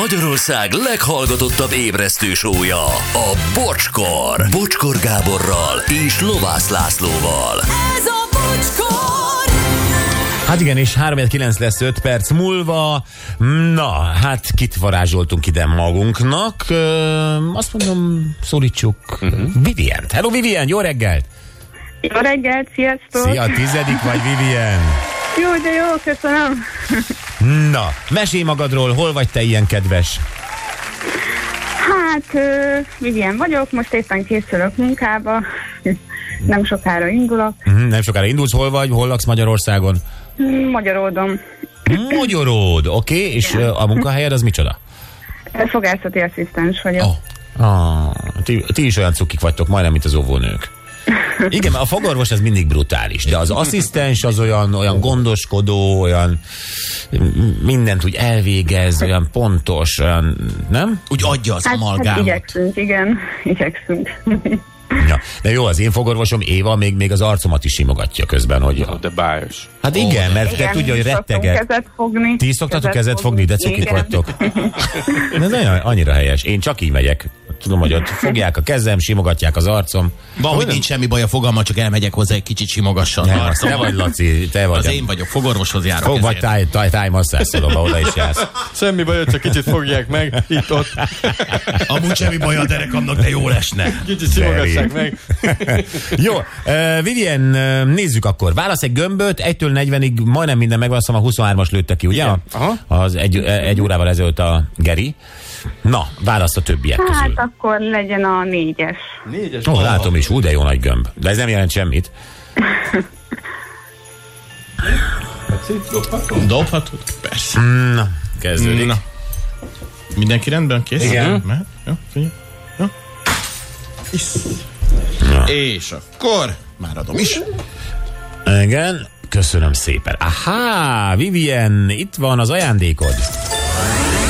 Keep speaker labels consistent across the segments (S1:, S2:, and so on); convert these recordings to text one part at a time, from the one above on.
S1: Magyarország leghallgatottabb ébresztő sója, a Bocskor. Bocskor Gáborral és Lovász Lászlóval.
S2: Ez a bocskor!
S3: Hát igen, és 3-9 lesz 5 perc múlva. Na, hát kit varázsoltunk ide magunknak? Ö, azt mondom, szólítsuk uh-huh. Vivient. Hello Vivien, jó reggelt!
S4: Jó reggelt, sziasztok!
S3: Szia, tizedik vagy Vivien?
S4: Jó, de jó, köszönöm.
S3: Na, mesélj magadról, hol vagy te ilyen kedves?
S4: Hát, ö, így ilyen vagyok, most éppen készülök munkába, nem sokára indulok.
S3: Mhm, Nem sokára indulsz, hol vagy, hol laksz Magyarországon?
S4: Magyaródom,
S3: Magyaród, oké, okay, és ö, a munkahelyed az micsoda?
S4: fogászati asszisztens vagyok. Hát,
S3: Oh. Ah, ti, ti is olyan cukik vagytok, majdnem, mint az óvónők. Igen, mert a fogorvos ez mindig brutális, de az asszisztens az olyan, olyan gondoskodó, olyan m- mindent úgy elvégez, olyan pontos, olyan, nem?
S5: Úgy adja az
S4: Hát, hát
S5: amalgámot.
S4: igyekszünk, igen, igyekszünk.
S3: Ja. De jó, az én fogorvosom Éva még, még az arcomat is simogatja közben, hogy...
S6: Ó, de bájos.
S3: Hát igen, mert te
S4: Igen,
S3: tudja, hogy
S4: szoktunk
S3: rettegek.
S4: kezet fogni.
S3: Ti is szoktatok kezet fogni, de cukik
S4: Igen.
S3: vagytok. Ez nagyon, annyira helyes. Én csak így megyek. Tudom, hogy ott fogják a kezem, simogatják az arcom.
S5: Van, hogy nincs semmi baj a fogalma, csak elmegyek hozzá egy kicsit simogassan.
S3: Nem,
S5: Nem,
S3: az szóval te vagy, Laci, te vagy.
S5: az én vagyok, fogorvoshoz járok.
S3: Fog, vagy
S5: ezért.
S3: táj, táj, táj masszázszalomba, oda is jársz.
S6: Semmi baj, csak kicsit fogják meg, itt ott,
S5: Amúgy semmi baj a derekamnak, de jól esne.
S6: kicsit simogassák meg.
S3: Jó, uh, Vivien, uh, nézzük akkor. Válasz egy gömböt, 1-től 40-ig majdnem minden megvan, azt hiszem, a 23-as lőtte ki, ugye?
S6: Igen. Aha.
S3: Az egy, egy órával ezelőtt a Geri. Na, válasz a többiek
S4: Hát
S3: közül.
S4: akkor legyen a négyes.
S6: Négyes.
S3: Ó, látom is, úgy de jó nagy gömb. De ez nem jelent semmit.
S5: Dobhatod? Persze.
S3: Na, kezdődik.
S5: Na. Mindenki rendben kész?
S3: Igen. Hmm.
S5: Mehet? Jó, figyelj. Jó. Isz. És akkor már adom is.
S3: Igen, köszönöm szépen. Aha, Vivien, itt van az ajándékod.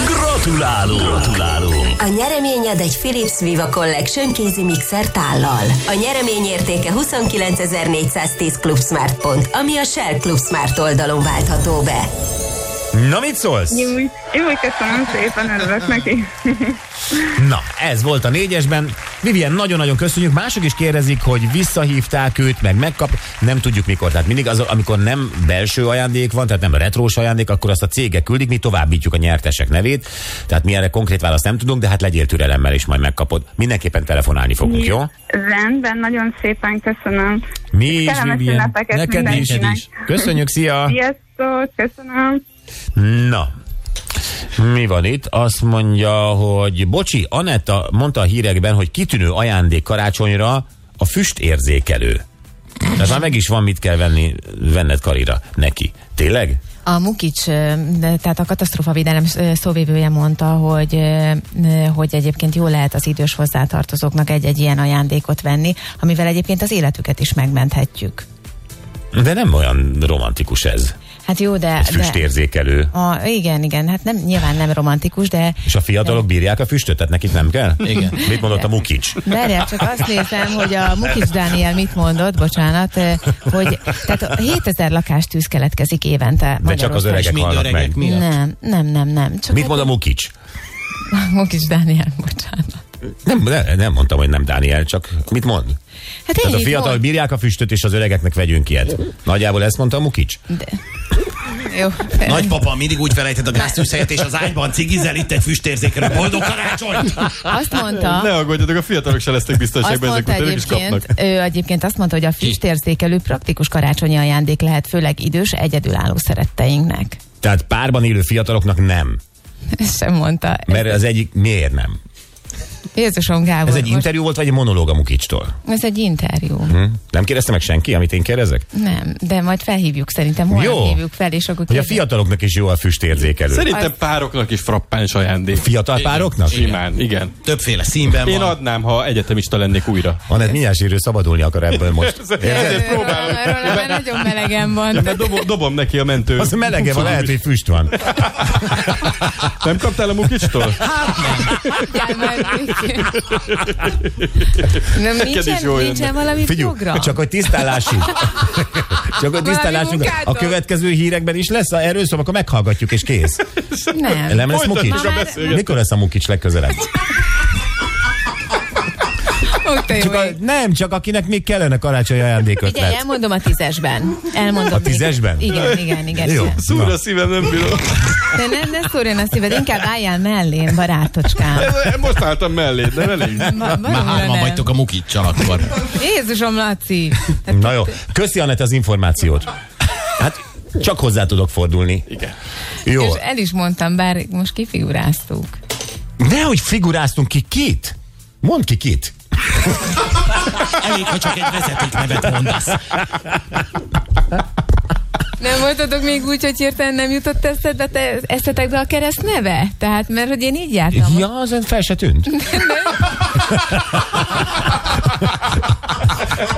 S1: Gratulálunk! Gratulálunk!
S2: A nyereményed egy Philips Viva Collection kézi mixer tállal. A nyeremény értéke 29.410 Club Smart pont, ami a Shell Club Smart oldalon váltható be.
S3: Na, mit szólsz?
S4: Jó, jó, köszönöm szépen, örülök neki.
S3: Na, ez volt a négyesben. Vivien, nagyon-nagyon köszönjük. Mások is kérdezik, hogy visszahívták őt, meg megkap. Nem tudjuk mikor. Tehát mindig az, amikor nem belső ajándék van, tehát nem a retrós ajándék, akkor azt a cégek küldik, mi továbbítjuk a nyertesek nevét. Tehát mi erre konkrét választ nem tudunk, de hát legyél türelemmel, és majd megkapod. Mindenképpen telefonálni fogunk, jó?
S4: Rendben, nagyon szépen köszönöm.
S3: Mi is,
S4: Kellemes
S3: Vivien.
S4: ünnepeket mindenkinek.
S3: Köszönjük, szia!
S4: Sziasztok, köszönöm.
S3: Na, mi van itt? Azt mondja, hogy bocsi, Anetta mondta a hírekben, hogy kitűnő ajándék karácsonyra a füstérzékelő. Tehát már meg is van, mit kell venni, venned karira neki. Tényleg?
S7: A Mukics, ö, de- tehát a katasztrófavédelem ö, szóvivője mondta, hogy, ö, ö, hogy egyébként jó lehet az idős hozzátartozóknak egy-egy ilyen ajándékot venni, amivel egyébként az életüket is megmenthetjük.
S3: De nem olyan romantikus ez.
S7: Hát jó, de...
S3: Egy
S7: de
S3: füstérzékelő.
S7: a, igen, igen, hát nem, nyilván nem romantikus, de
S3: És a fiatalok bírják a füstöt, tehát nekik nem kell?
S5: Igen.
S3: Mit mondott a Mukics?
S7: Merje, csak azt nézem, hogy a Mukics Dániel mit mondott, bocsánat, ö, hogy tehát 7000 lakástűz keletkezik évente.
S3: De csak az
S7: Magyarországon.
S3: öregek
S5: mind
S3: halnak
S5: öregek
S3: meg.
S5: mi- miatt.
S7: Nem, nem, nem, nem. Csak
S3: Mit
S7: hát-
S3: mond a Mukics?
S7: Mukics Dániel, bocsánat.
S3: Nem, ne- nem mondtam, hogy nem Dániel, csak mit mond?
S7: Hát
S3: Tehát a
S7: ennyit
S3: fiatal
S7: mond.
S3: bírják a füstöt, és az öregeknek vegyünk ilyet. Nagyjából ezt mondta a Mukics?
S7: Jó,
S5: Nagypapa mindig úgy felejtett a gáztűzhelyet, és az ágyban cigizel itt egy füstérzékelő. Boldog karácsonyt!
S7: Azt mondta,
S6: Ne aggódjatok, a fiatalok se lesznek
S7: azt
S6: biztonságban, ezek
S7: mondta
S6: után ők is kapnak.
S7: egyébként, ő egyébként azt mondta, hogy a füstérzékelő praktikus karácsonyi ajándék lehet főleg idős, egyedülálló szeretteinknek.
S3: Tehát párban élő fiataloknak nem.
S7: Ezt sem mondta.
S3: Mert az egyik miért nem?
S7: Jézusom Gábor.
S3: Ez egy
S7: most-
S3: interjú volt, vagy egy monológ a Mukicstól?
S7: Ez egy interjú.
S3: Hm? Nem kérdezte meg senki, amit én kérdezek?
S7: Nem, de majd felhívjuk szerintem, holnap
S3: Jó.
S7: hívjuk fel, és akkor
S3: Hogy a
S7: kérdez-
S3: fiataloknak is jó a füstérzékelő.
S6: Szerintem pároknak is frappáns ajándék.
S3: Fiatal pároknak?
S6: Simán, igen.
S5: Többféle színben
S6: Én
S5: van.
S6: adnám, ha egyetemista lennék újra.
S3: Anett mindjárt sírő szabadulni akar ebből most. Érted?
S6: Ezért próbálom.
S7: Róla- róla már nagyon melegem van.
S6: Mert dobom, dobom neki a mentő.
S3: Az melege van, lehet, hogy füst van.
S6: Nem kaptál a mukicstól?
S7: Jaj, már- Nem, nincsen,
S6: is jól jönne.
S7: nincsen valami
S3: Figyelj,
S7: program.
S3: csak hogy tisztállásunk. csak hogy tisztállásunk. A
S7: munkátok?
S3: következő hírekben is lesz a erről szó, akkor meghallgatjuk, és kész.
S7: nem.
S3: Nem lesz
S6: Folytatjuk
S3: Mukics?
S7: a beszélgetést.
S3: Mikor lesz a Mukics legközelebb?
S7: Ó, te jó
S3: Csak a,
S7: ég.
S3: nem, csak akinek még kellene karácsonyi
S7: Figyelj,
S3: ajándékötlet.
S7: elmondom a tízesben. Elmondom
S3: A
S7: még.
S3: tízesben?
S7: Igen, igen, igen.
S3: Jó.
S7: igen.
S6: Szúr
S3: Na.
S6: a szívem, nem bírom.
S7: De nem, ne szúrjon a szíved, inkább álljál mellém, barátocskám.
S6: Ez- Most álltam mellé, de elég.
S7: Ma,
S5: Már hárman vagytok a mukicsal akkor.
S7: Jézusom, Laci!
S3: Na jó, köszi Anett az információt. Hát csak hozzá tudok fordulni.
S6: Igen.
S3: Jó.
S7: És el is mondtam, bár most kifiguráztuk.
S3: Nehogy figuráztunk ki kit? Mondd ki kit.
S5: Elég, ha csak egy vezeték nevet mondasz.
S7: Nem voltatok még úgy, hogy hirtelen nem jutott eszedbe, te, eszetekbe a kereszt neve? Tehát, mert hogy én így jártam.
S3: Ja, azon fel se tűnt.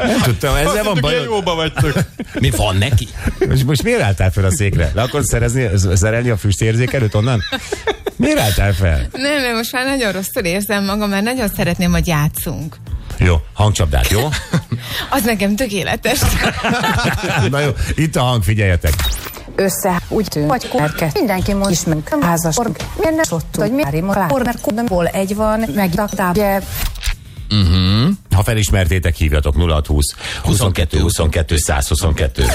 S3: Nem tudtam, ezzel
S6: Azt
S3: van
S6: hittük,
S3: bajod.
S6: ilyen jóba vagytok.
S5: Mi van neki?
S3: Most, most miért álltál fel a székre? Le akarod szerezni, szerelni a füstérzékelőt onnan? Miért álltál fel?
S7: Nem, mert most már nagyon rosszul érzem magam, mert nagyon szeretném, hogy játszunk.
S3: Jó, hangcsapdát, jó?
S7: Az nekem tökéletes.
S3: Na jó, itt a hang, figyeljetek.
S8: össze, úgy tűn, vagy kerke. Mindenki mond, ismerk, házas, org, minden sottú, hogy mi már mert kódomból egy van, meg taktábje,
S3: Ha felismertétek, hívjatok 0620 22 22 122.